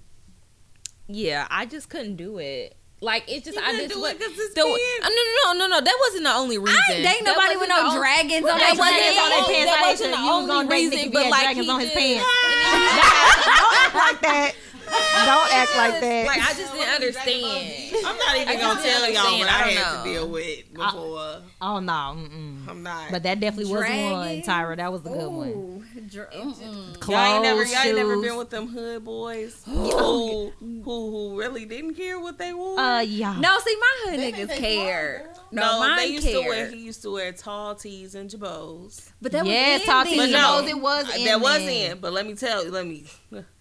Speaker 6: yeah, I just couldn't do it. Like it just, I
Speaker 1: couldn't
Speaker 6: just
Speaker 1: do
Speaker 6: what
Speaker 1: it 'cause it's
Speaker 6: the, uh,
Speaker 1: thin?
Speaker 6: no, no, no, no, no. That wasn't the only reason.
Speaker 5: I ain't dating
Speaker 6: That
Speaker 5: nobody with
Speaker 6: wasn't
Speaker 5: no
Speaker 6: the only-
Speaker 5: dragons on
Speaker 6: that
Speaker 5: their Oh,
Speaker 6: wasn't
Speaker 5: pants.
Speaker 6: the
Speaker 4: on their
Speaker 6: only-
Speaker 4: pants. I
Speaker 6: that
Speaker 4: ain't
Speaker 6: wasn't
Speaker 4: sure you
Speaker 6: the
Speaker 4: was gonna
Speaker 6: only
Speaker 4: date
Speaker 6: reason,
Speaker 4: niggas
Speaker 6: but
Speaker 4: that
Speaker 6: like
Speaker 4: dragons
Speaker 6: he
Speaker 4: on his
Speaker 6: just-
Speaker 4: pants.
Speaker 6: and
Speaker 4: like that. Don't act like
Speaker 6: he-
Speaker 4: that.
Speaker 6: Like I just didn't understand.
Speaker 1: I'm not even
Speaker 6: I
Speaker 1: gonna
Speaker 6: just
Speaker 1: tell y'all what
Speaker 6: understand.
Speaker 1: I,
Speaker 6: I
Speaker 1: had
Speaker 6: don't
Speaker 1: to
Speaker 6: know.
Speaker 1: deal with before.
Speaker 4: oh no. Mm-mm.
Speaker 1: I'm not.
Speaker 4: But that definitely was one,
Speaker 5: Dragon.
Speaker 4: Tyra. That was a good one.
Speaker 5: Ooh, dra- mm-mm.
Speaker 4: Clothes,
Speaker 1: y'all ain't never, y'all ain't never
Speaker 4: shoes.
Speaker 1: been with them hood boys who, who who really didn't care what they wore.
Speaker 4: Uh, yeah.
Speaker 5: No, see, my hood
Speaker 1: They think
Speaker 5: niggas
Speaker 1: they
Speaker 5: cared.
Speaker 1: smart, girl.
Speaker 5: No, mine
Speaker 1: they used
Speaker 5: cared.
Speaker 1: to wear. He used to wear tall tees and jabos.
Speaker 5: but that
Speaker 4: yes,
Speaker 5: was
Speaker 4: talking
Speaker 1: But
Speaker 5: ending.
Speaker 1: no.
Speaker 4: it was
Speaker 1: Uh,
Speaker 4: in
Speaker 1: that was
Speaker 4: there.
Speaker 1: in, but let me tell you, let me.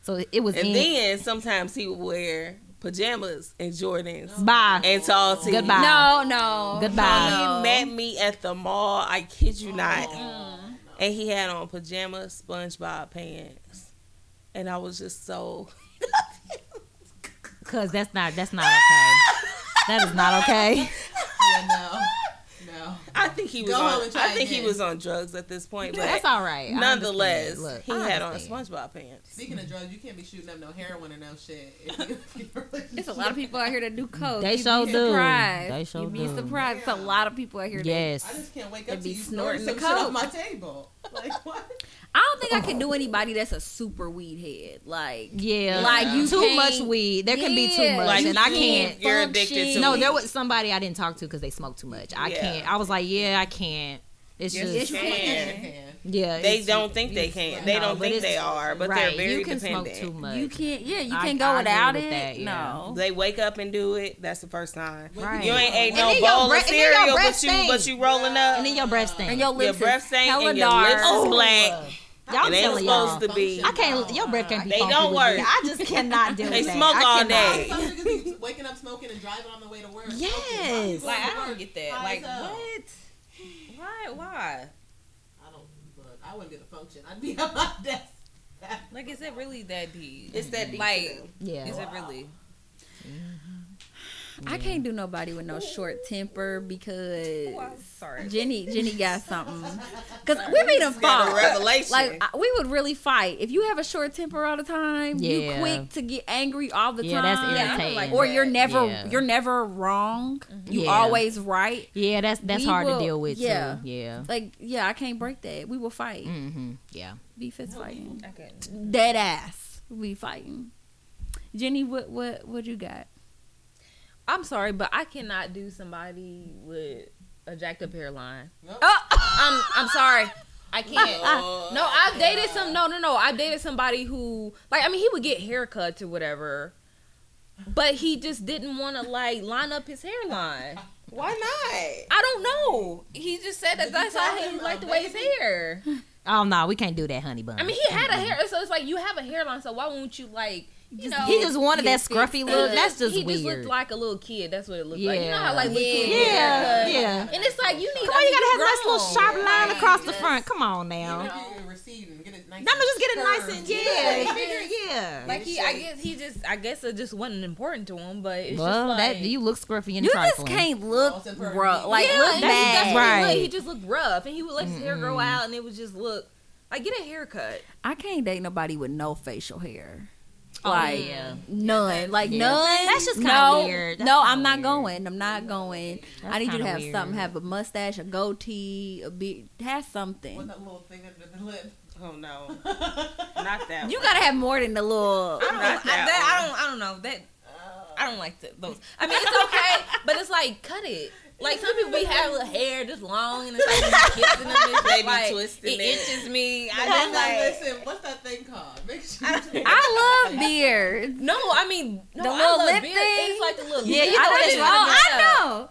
Speaker 4: So it was
Speaker 1: And
Speaker 4: in.
Speaker 1: then sometimes he would wear pajamas and Jordans
Speaker 4: Bye.
Speaker 1: and tall tees.
Speaker 4: Goodbye.
Speaker 5: No, no.
Speaker 4: Goodbye.
Speaker 5: No.
Speaker 1: He met me at the mall. I kid you not.
Speaker 4: Mm-hmm.
Speaker 1: And he had on pajamas, SpongeBob pants, and I was just so.
Speaker 4: Cause that's not that's not okay. that is not okay.
Speaker 1: no, no. I think he was.
Speaker 2: Go home
Speaker 1: on,
Speaker 2: and try
Speaker 1: I think he
Speaker 2: again.
Speaker 1: was on drugs at this point, but
Speaker 4: That's all right. I
Speaker 1: nonetheless,
Speaker 4: understand. Look,
Speaker 1: he
Speaker 4: I
Speaker 1: had on
Speaker 4: understand.
Speaker 1: SpongeBob pants.
Speaker 2: Speaking of drugs, you can't be shooting up no heroin or no shit.
Speaker 5: There's a lot of people out here that do coke.
Speaker 4: They
Speaker 5: You'd
Speaker 4: sure
Speaker 5: be
Speaker 4: do.
Speaker 5: surprised.
Speaker 4: They sure
Speaker 5: You'd be
Speaker 4: do.
Speaker 5: surprised. It's a lot of people out here. that-
Speaker 2: I
Speaker 4: Yes.
Speaker 2: just can't wake
Speaker 5: They
Speaker 2: up to
Speaker 5: be
Speaker 2: you snorting some
Speaker 5: snorting
Speaker 2: shit
Speaker 5: the
Speaker 2: off my table. Like what?
Speaker 5: I don't think I can do anybody that's a super weed head. Like,
Speaker 4: Yeah.
Speaker 5: Like, you
Speaker 4: too
Speaker 5: can't-
Speaker 4: much weed. There can be too
Speaker 5: Yeah.
Speaker 4: much,
Speaker 5: Like,
Speaker 4: and I can't.
Speaker 1: You're addicted to
Speaker 4: No,
Speaker 1: weed.
Speaker 4: there was somebody I didn't talk to because they smoked too much. I
Speaker 1: Yeah.
Speaker 4: can't. I was like, yeah, I can't. It's
Speaker 1: Yes,
Speaker 4: just
Speaker 1: you
Speaker 2: Yeah.
Speaker 1: can.
Speaker 4: yeah.
Speaker 1: They
Speaker 4: it's-
Speaker 1: don't think they can. They
Speaker 4: No,
Speaker 1: don't
Speaker 4: but
Speaker 1: think
Speaker 4: it's-
Speaker 1: they are, but they're
Speaker 4: right.
Speaker 1: very
Speaker 4: you can
Speaker 1: dependent.
Speaker 4: smoke too much.
Speaker 5: you can't. Yeah, you
Speaker 4: I-
Speaker 5: can't
Speaker 4: I
Speaker 5: go
Speaker 4: agree
Speaker 5: without
Speaker 4: with
Speaker 5: it.
Speaker 4: that, yeah.
Speaker 5: No.
Speaker 1: They wake up and do it. That's the first time.
Speaker 4: Right.
Speaker 1: You ain't ate
Speaker 4: And
Speaker 1: no
Speaker 4: then your
Speaker 1: bowl
Speaker 4: breath-
Speaker 1: of
Speaker 4: and then your
Speaker 1: cereal,
Speaker 4: breath
Speaker 1: but you but
Speaker 4: stink.
Speaker 1: you rolling up.
Speaker 4: and then your breath stain.
Speaker 5: And your
Speaker 1: your
Speaker 5: lips
Speaker 1: breath
Speaker 5: is
Speaker 1: stink
Speaker 5: hella
Speaker 1: and your
Speaker 5: dark.
Speaker 1: lips is
Speaker 4: Oh,
Speaker 1: black.
Speaker 4: Y'all
Speaker 1: It ain't
Speaker 4: telling
Speaker 1: supposed
Speaker 4: y'all.
Speaker 1: to be. Oh,
Speaker 4: I can't. Your breath can't be.
Speaker 1: They
Speaker 4: funky
Speaker 1: don't
Speaker 4: with
Speaker 1: work.
Speaker 4: me. I just cannot deal
Speaker 1: They
Speaker 4: with that.
Speaker 1: smoke
Speaker 4: I
Speaker 1: all
Speaker 4: cannot.
Speaker 1: day.
Speaker 2: Some niggas be waking up smoking and driving on the way to work. smoking.
Speaker 4: Yes.
Speaker 2: Why
Speaker 6: Like
Speaker 2: you
Speaker 6: I
Speaker 2: going to
Speaker 6: don't
Speaker 2: work
Speaker 6: get that.
Speaker 2: high
Speaker 6: Like
Speaker 2: as hell?
Speaker 6: what? Why? Why?
Speaker 2: I don't. Look, I wouldn't be able to function. I'd be at my desk.
Speaker 6: Like is it really that deep?
Speaker 1: It's that deep
Speaker 6: like
Speaker 1: to them.
Speaker 4: Yeah.
Speaker 6: is it really?
Speaker 5: I can't do nobody with no short temper because
Speaker 6: Sorry.
Speaker 5: Jenny Jenny got something. Cause we made them fall.
Speaker 2: revelation.
Speaker 5: Like I, we would really fight if you have a short temper all the time. You
Speaker 4: Yeah.
Speaker 5: quick to get angry all the
Speaker 4: Yeah, that's
Speaker 5: time.
Speaker 4: Yeah, I don't like irritating.
Speaker 5: or you're
Speaker 6: that.
Speaker 5: never
Speaker 4: Yeah.
Speaker 5: you're never wrong. You
Speaker 4: Yeah.
Speaker 5: always right.
Speaker 4: Yeah, that's that's
Speaker 5: We
Speaker 4: hard
Speaker 5: will-
Speaker 4: to deal with
Speaker 5: yeah.
Speaker 4: too. Yeah.
Speaker 5: Like yeah, I can't break that. We will fight.
Speaker 4: Mm-hmm. Yeah.
Speaker 5: Be fist fighting.
Speaker 6: Okay.
Speaker 5: Dead ass. We fighting. Jenny, what what what you got?
Speaker 6: I'm sorry, but I cannot do somebody with a jacked up hairline.
Speaker 2: Nope.
Speaker 6: Oh, I'm I'm sorry. I can't. No, I've dated some. No, no, no. I've dated somebody who, like, I mean, he would get haircuts or whatever, but he just didn't want to like line up his hairline.
Speaker 2: Why
Speaker 6: I don't know. He just said that that's how he liked the way his hair.
Speaker 4: Oh no, we can't do that, honey bun.
Speaker 6: I mean, he had a hair, so it's like you have a hairline, so why won't you like, you know?
Speaker 4: he mm-hmm. just wanted that
Speaker 6: get
Speaker 4: scruffy
Speaker 6: fixed
Speaker 4: look.
Speaker 6: up?
Speaker 4: That's just
Speaker 6: he
Speaker 4: weird.
Speaker 6: just looked like a little kid. That's what it looked like. You know how
Speaker 4: Yeah.
Speaker 6: like little kids get
Speaker 4: yeah,
Speaker 6: haircuts?
Speaker 4: yeah.
Speaker 6: And it's like you need.
Speaker 4: Come on,
Speaker 6: I
Speaker 4: you
Speaker 6: mean,
Speaker 4: gotta have a nice
Speaker 6: grown.
Speaker 4: little sharp line across the front. Come on now.
Speaker 2: not?
Speaker 4: No,
Speaker 2: You're receding. Get it nice.
Speaker 4: no, just get it nice and yeah,
Speaker 6: Yeah.
Speaker 4: figure- yeah.
Speaker 6: Like he, I guess he just, I guess it just wasn't important to him. But it's
Speaker 4: well,
Speaker 6: just like
Speaker 4: that you look scruffy and
Speaker 5: You
Speaker 4: trifling.
Speaker 5: just can't look
Speaker 2: Lost in purpose.
Speaker 5: rough. Like
Speaker 6: yeah,
Speaker 5: look
Speaker 6: that's,
Speaker 5: bad.
Speaker 6: that's what he looked.
Speaker 4: Right.
Speaker 6: He just looked rough, and he would let his hair grow out, and it would just look like get a haircut.
Speaker 5: I can't date nobody with no facial hair.
Speaker 4: Oh,
Speaker 5: Like
Speaker 4: yeah.
Speaker 5: none, like none.
Speaker 4: That's just kinda
Speaker 5: no,
Speaker 4: weird. That's
Speaker 5: no,
Speaker 4: kinda
Speaker 5: I'm not
Speaker 4: weird.
Speaker 5: going. I'm not going.
Speaker 4: That's
Speaker 5: I need you to
Speaker 4: kinda
Speaker 5: have
Speaker 4: weird.
Speaker 5: something. Have a mustache, a goatee, a big, have something.
Speaker 2: What's that little thing under the lip?
Speaker 7: Oh no, not that.
Speaker 5: You gotta have more than the little.
Speaker 6: I don't, know, I, that, I don't, I don't know that.
Speaker 2: Uh,
Speaker 6: I don't like th- those. I mean, it's okay, but it's like cut it. Like some people, we have the hair just long and it's like you kissing them. It's just
Speaker 7: They be
Speaker 6: like,
Speaker 7: twisting
Speaker 6: it.
Speaker 7: it.
Speaker 6: itches
Speaker 2: And
Speaker 6: me. I just
Speaker 2: then I
Speaker 6: like
Speaker 2: listen. What's that thing called? Make sure.
Speaker 5: I love beards.
Speaker 6: no. I mean, no,
Speaker 5: The
Speaker 6: I
Speaker 5: little
Speaker 6: love
Speaker 5: lip
Speaker 6: beard.
Speaker 5: thing?
Speaker 6: It's like the little
Speaker 4: Yeah, you
Speaker 6: I
Speaker 4: know
Speaker 6: like
Speaker 4: what
Speaker 6: it
Speaker 4: it's-
Speaker 6: with the
Speaker 5: Oh, I
Speaker 6: makeup.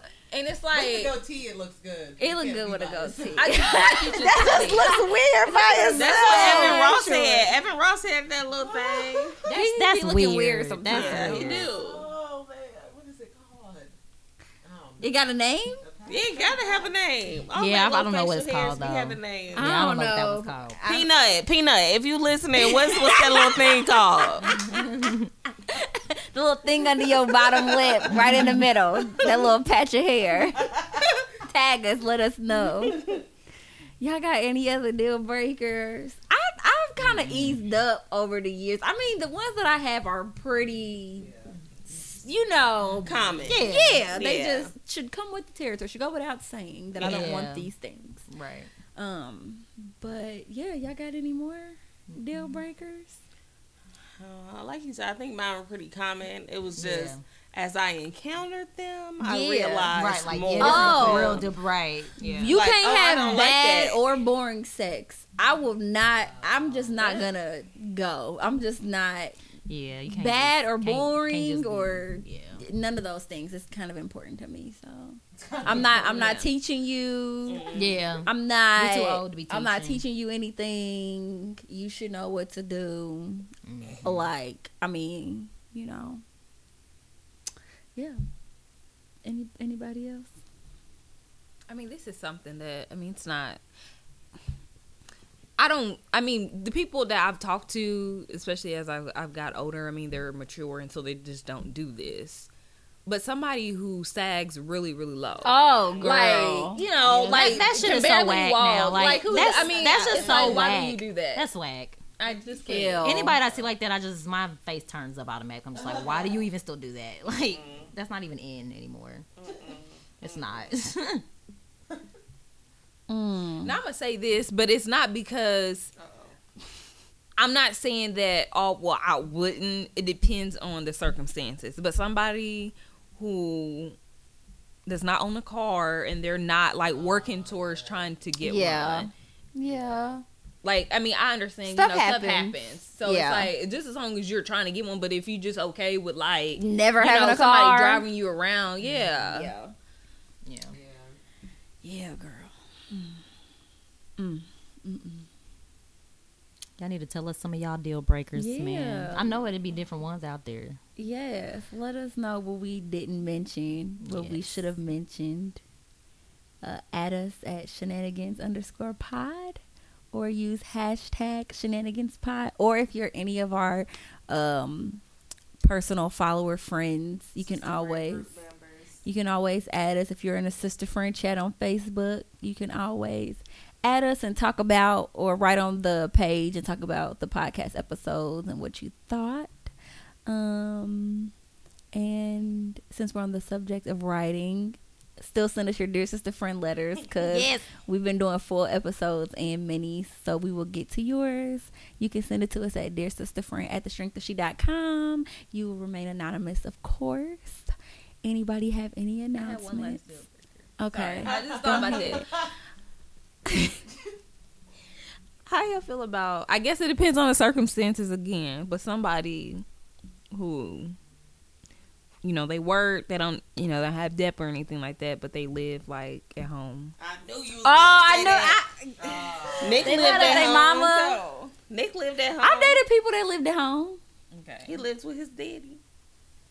Speaker 5: know.
Speaker 6: And
Speaker 2: With
Speaker 6: it's
Speaker 2: the
Speaker 6: like
Speaker 2: goatee, it looks good.
Speaker 5: It look
Speaker 2: Can't
Speaker 5: good
Speaker 2: be
Speaker 5: with a
Speaker 2: biased.
Speaker 5: goatee.
Speaker 6: I just like you just cut it.
Speaker 4: looks weird by itself.
Speaker 7: That's what Evan Ross said. Evan Ross said that little thing.
Speaker 4: That's,
Speaker 5: be
Speaker 4: that's
Speaker 5: looking
Speaker 4: weird.
Speaker 5: weird sometimes.
Speaker 4: sometimes.
Speaker 7: Yeah,
Speaker 4: That's
Speaker 7: you
Speaker 4: weird.
Speaker 7: do.
Speaker 2: Oh man, what is it called? Um,
Speaker 5: It got a name?
Speaker 7: You gotta have a name. All
Speaker 4: Yeah,
Speaker 7: that
Speaker 4: I- I don't know
Speaker 7: little
Speaker 4: what it's
Speaker 7: facial hairs, we
Speaker 4: called, though.
Speaker 7: Have a name.
Speaker 4: Yeah, I don't know,
Speaker 5: I
Speaker 4: what that was
Speaker 5: don't
Speaker 4: called.
Speaker 7: Peanut, peanut. If you listening, what's what's that little thing called?
Speaker 5: The little thing under your bottom lip, right in the middle. That little patch of hair. Tag us, let us know. Y'all got any other deal breakers? I I've kind of eased up over the years. I mean, the ones that I have are pretty, you know,
Speaker 7: Comment.
Speaker 5: yeah, They
Speaker 7: Yeah.
Speaker 5: just should come with the territory. Should go without saying that I don't
Speaker 4: Yeah.
Speaker 5: want these things.
Speaker 4: Right.
Speaker 5: Um, but yeah, y'all got any more deal
Speaker 7: Mm-hmm.
Speaker 5: breakers?
Speaker 7: Uh, like you said, I think mine were pretty common. It was
Speaker 4: Yeah.
Speaker 7: just as I encountered them, I
Speaker 5: Yeah.
Speaker 1: Uh,
Speaker 7: realized
Speaker 4: Right. Like
Speaker 7: more.
Speaker 4: yeah,
Speaker 5: Oh.
Speaker 4: this is real dip- right. Yeah.
Speaker 5: You
Speaker 7: Like,
Speaker 5: can't
Speaker 7: oh, I
Speaker 5: have
Speaker 7: don't like
Speaker 5: bad
Speaker 7: that.
Speaker 5: or boring sex. I will not. I'm just not gonna go. I'm just not
Speaker 4: yeah. You can't
Speaker 5: bad or
Speaker 4: just- can't-
Speaker 5: boring
Speaker 4: can't just be-
Speaker 5: or
Speaker 4: yeah.
Speaker 5: none of those things. It's kind of important to me. So I'm not. I'm not teaching you.
Speaker 7: Mm-hmm.
Speaker 4: Yeah.
Speaker 5: I'm not.
Speaker 4: You're too old to be
Speaker 5: I'm not
Speaker 4: teaching.
Speaker 5: teaching you anything. You should know what to do. Mm-hmm. Like, I mean, you know. Yeah. Any anybody else?
Speaker 6: I mean, this is something that I mean, it's not. I don't. I mean, the people that I've talked to, especially as I've I've got older, I mean, they're mature, and so they just don't do this. But somebody who sags really, really low.
Speaker 5: Oh,
Speaker 6: Like you know,
Speaker 4: Yeah.
Speaker 6: like
Speaker 4: That- that shit
Speaker 6: can
Speaker 4: is so
Speaker 6: barely
Speaker 4: whack
Speaker 6: walk.
Speaker 4: now, like,
Speaker 6: who?
Speaker 4: that's-
Speaker 6: I mean,
Speaker 4: that's just
Speaker 6: it's
Speaker 4: so
Speaker 6: like, Why do you
Speaker 4: whack.
Speaker 6: do that?
Speaker 4: That's whack.
Speaker 6: I just
Speaker 5: Ew.
Speaker 6: can't.
Speaker 4: Anybody I see like that, I just my face turns up automatic. I'm just like, why do you even still do that? Like that's not even in anymore. It's not. Mm.
Speaker 5: mm.
Speaker 6: Now I'm gonna say this, but it's not because I'm not saying that all well I wouldn't. It depends on the circumstances. But somebody who does not own a car and they're not like working towards trying to get
Speaker 5: Oh. Yeah.
Speaker 6: one.
Speaker 5: Yeah.
Speaker 6: Like I mean, I understand
Speaker 5: Stuff
Speaker 6: you know stuff
Speaker 5: happens.
Speaker 6: happens. So
Speaker 5: Yeah.
Speaker 6: it's like just as long as you're trying to get one, but if you just okay with like you
Speaker 5: Never having
Speaker 6: know,
Speaker 5: a
Speaker 6: somebody
Speaker 5: car.
Speaker 6: driving you around, yeah.
Speaker 5: Yeah.
Speaker 4: yeah.
Speaker 5: Yeah, girl.
Speaker 4: Y'all need to tell us some of y'all deal breakers, man.
Speaker 5: Yeah.
Speaker 4: I know it'd be different ones out there.
Speaker 5: Yes. Let us know what we didn't mention, what we
Speaker 4: Yes.
Speaker 5: should have mentioned. Uh, at us at shenanigans underscore pod or use hashtag shenanigans pod. Or if you're any of our um, personal follower friends, you can always.
Speaker 7: Remember.
Speaker 5: You can always add us if you're in a sister friend chat on Facebook. You can always add us and talk about or write on the page and talk about the podcast episodes and what you thought. Um and since we're on the subject of writing, still send us your dear sister friend letters because we've been doing full episodes and minis. So we will get to yours. You can send it to us at dear sister friend at the com. You will remain anonymous, of course. Anybody have any
Speaker 6: I had one last
Speaker 5: announcements?
Speaker 6: deal.
Speaker 5: Okay.
Speaker 6: I just thought about that. How y'all feel about? I guess it depends on the circumstances again, but somebody who, you know, they work, they don't, you know, they don't have debt or anything like that, but they live like at home.
Speaker 7: I knew you. Was
Speaker 6: Oh, I know.
Speaker 7: that.
Speaker 6: I, Nick lived
Speaker 5: not at
Speaker 6: at
Speaker 5: they
Speaker 6: home.
Speaker 5: mama.
Speaker 6: so- Nick lived at home.
Speaker 5: I've dated people that lived at home.
Speaker 6: He lives with his daddy.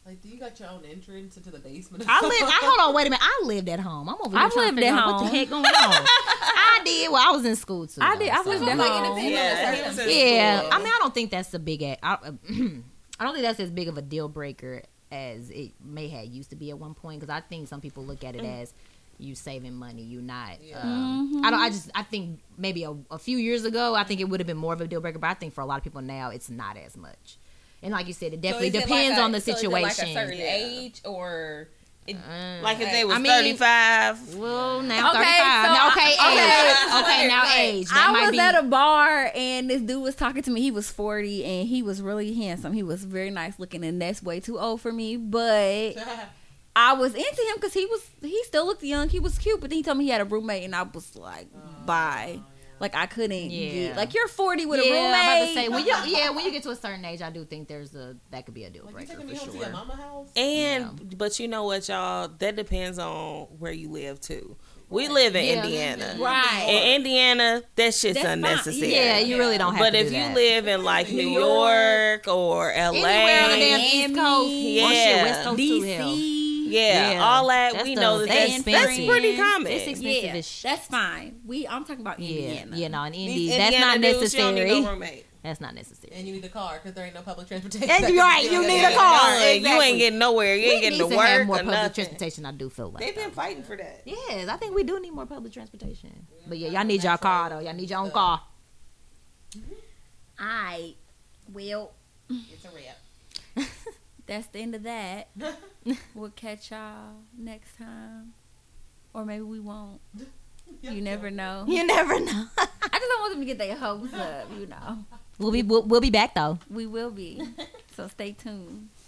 Speaker 2: Like, do you got your own entrance into the basement?
Speaker 4: I live. I hold on. Wait a minute. I lived at home. I'm over. Here
Speaker 5: I
Speaker 4: trying to
Speaker 5: lived
Speaker 4: figure
Speaker 5: at
Speaker 4: out What
Speaker 5: home.
Speaker 4: the heck going on? I did. Well, I was in school too.
Speaker 5: I
Speaker 4: though,
Speaker 5: did. I
Speaker 4: so-
Speaker 5: lived at home.
Speaker 2: Yeah, he was in
Speaker 4: Yeah.
Speaker 2: school.
Speaker 4: I mean, I don't think that's a big. a- I, I don't think that's as big of a deal breaker as it may have used to be at one point. Because I think some people look at it
Speaker 6: Mm.
Speaker 4: as you saving money. You not.
Speaker 2: Yeah.
Speaker 4: Um, I don't. I just. I think maybe a, a few years ago, I think it would have been more of a deal breaker. But I think for a lot of people now, it's not as much. And like you said, it definitely
Speaker 6: So is it
Speaker 4: depends
Speaker 6: like a-
Speaker 4: on the
Speaker 6: so is it
Speaker 4: situation.
Speaker 6: like a certain age or
Speaker 4: Mm.
Speaker 6: like if they
Speaker 4: I
Speaker 6: was
Speaker 4: mean-
Speaker 6: five.
Speaker 4: Well, now
Speaker 5: Okay,
Speaker 4: 35.
Speaker 5: so
Speaker 4: now,
Speaker 5: I-
Speaker 4: okay,
Speaker 5: okay,
Speaker 4: age. Okay, now age. That
Speaker 5: I
Speaker 4: might
Speaker 5: was
Speaker 4: be.
Speaker 5: at a bar and this dude was talking to me. He was 40 and he was really handsome. He was very nice looking and that's way too old for me, but I was into him because he was he still looked young. He was cute, but then he told me he had a roommate and I was like, bye. Like I couldn't
Speaker 4: Yeah.
Speaker 5: get like you're 40 with
Speaker 4: yeah, I'm
Speaker 5: a
Speaker 4: about to
Speaker 5: roommate.
Speaker 4: say when you yeah when you get to a certain age, I do think there's a that could be a deal
Speaker 2: Like, you
Speaker 4: breaker
Speaker 2: taking me
Speaker 4: for
Speaker 2: home to your
Speaker 4: sure.
Speaker 2: mama house?
Speaker 8: And but you know what, y'all? That depends on where you live too. We live in
Speaker 4: Yeah.
Speaker 8: Indiana.
Speaker 5: right.
Speaker 8: In Indiana, that shit's
Speaker 5: That's fine.
Speaker 8: unnecessary.
Speaker 4: Yeah, you really don't have
Speaker 8: But
Speaker 4: to.
Speaker 8: if
Speaker 4: do
Speaker 8: you
Speaker 4: that.
Speaker 8: live in like New York or LA,
Speaker 4: anywhere on the damn East Coast,
Speaker 8: Miami,
Speaker 4: or shit, West
Speaker 8: yeah.
Speaker 4: Coast too, hell.
Speaker 5: DC.
Speaker 8: yeah,
Speaker 4: Yeah.
Speaker 8: all that
Speaker 4: That's
Speaker 8: we
Speaker 4: the-
Speaker 8: know that
Speaker 4: that's
Speaker 8: that's, that's
Speaker 4: expensive.
Speaker 8: pretty common.
Speaker 4: It's expensive
Speaker 5: Yeah,
Speaker 4: as shit.
Speaker 5: that's fine. We I'm talking about
Speaker 4: Yeah,
Speaker 5: Indiana.
Speaker 4: yeah, no, in Indy,
Speaker 8: These
Speaker 4: that's not
Speaker 8: Indiana dudes, you don't need no
Speaker 4: necessary.
Speaker 8: roommate.
Speaker 4: That's not necessary.
Speaker 2: And you need a car because there ain't no public transportation.
Speaker 4: That's right, you need a car.
Speaker 8: None. You
Speaker 4: Exactly.
Speaker 8: ain't getting nowhere. You
Speaker 4: We
Speaker 8: ain't
Speaker 4: need
Speaker 8: getting
Speaker 4: to
Speaker 8: to
Speaker 4: have
Speaker 8: work
Speaker 4: more
Speaker 8: or
Speaker 4: public
Speaker 8: nothing.
Speaker 4: transportation. I do feel like
Speaker 8: They've been fighting for that.
Speaker 4: Yes, I think we do need more public transportation. But yeah, y'all need y'all car though. Y'all need your
Speaker 2: Uh,
Speaker 4: own car.
Speaker 5: I well
Speaker 2: It's a wrap.
Speaker 5: that's the end of that. we'll catch y'all next time. Or maybe we won't. You never know.
Speaker 4: You never know.
Speaker 5: I just don't want them to get their hopes up, you know.
Speaker 4: we'll be we'll, we'll be back though.
Speaker 5: We will be. So stay tuned.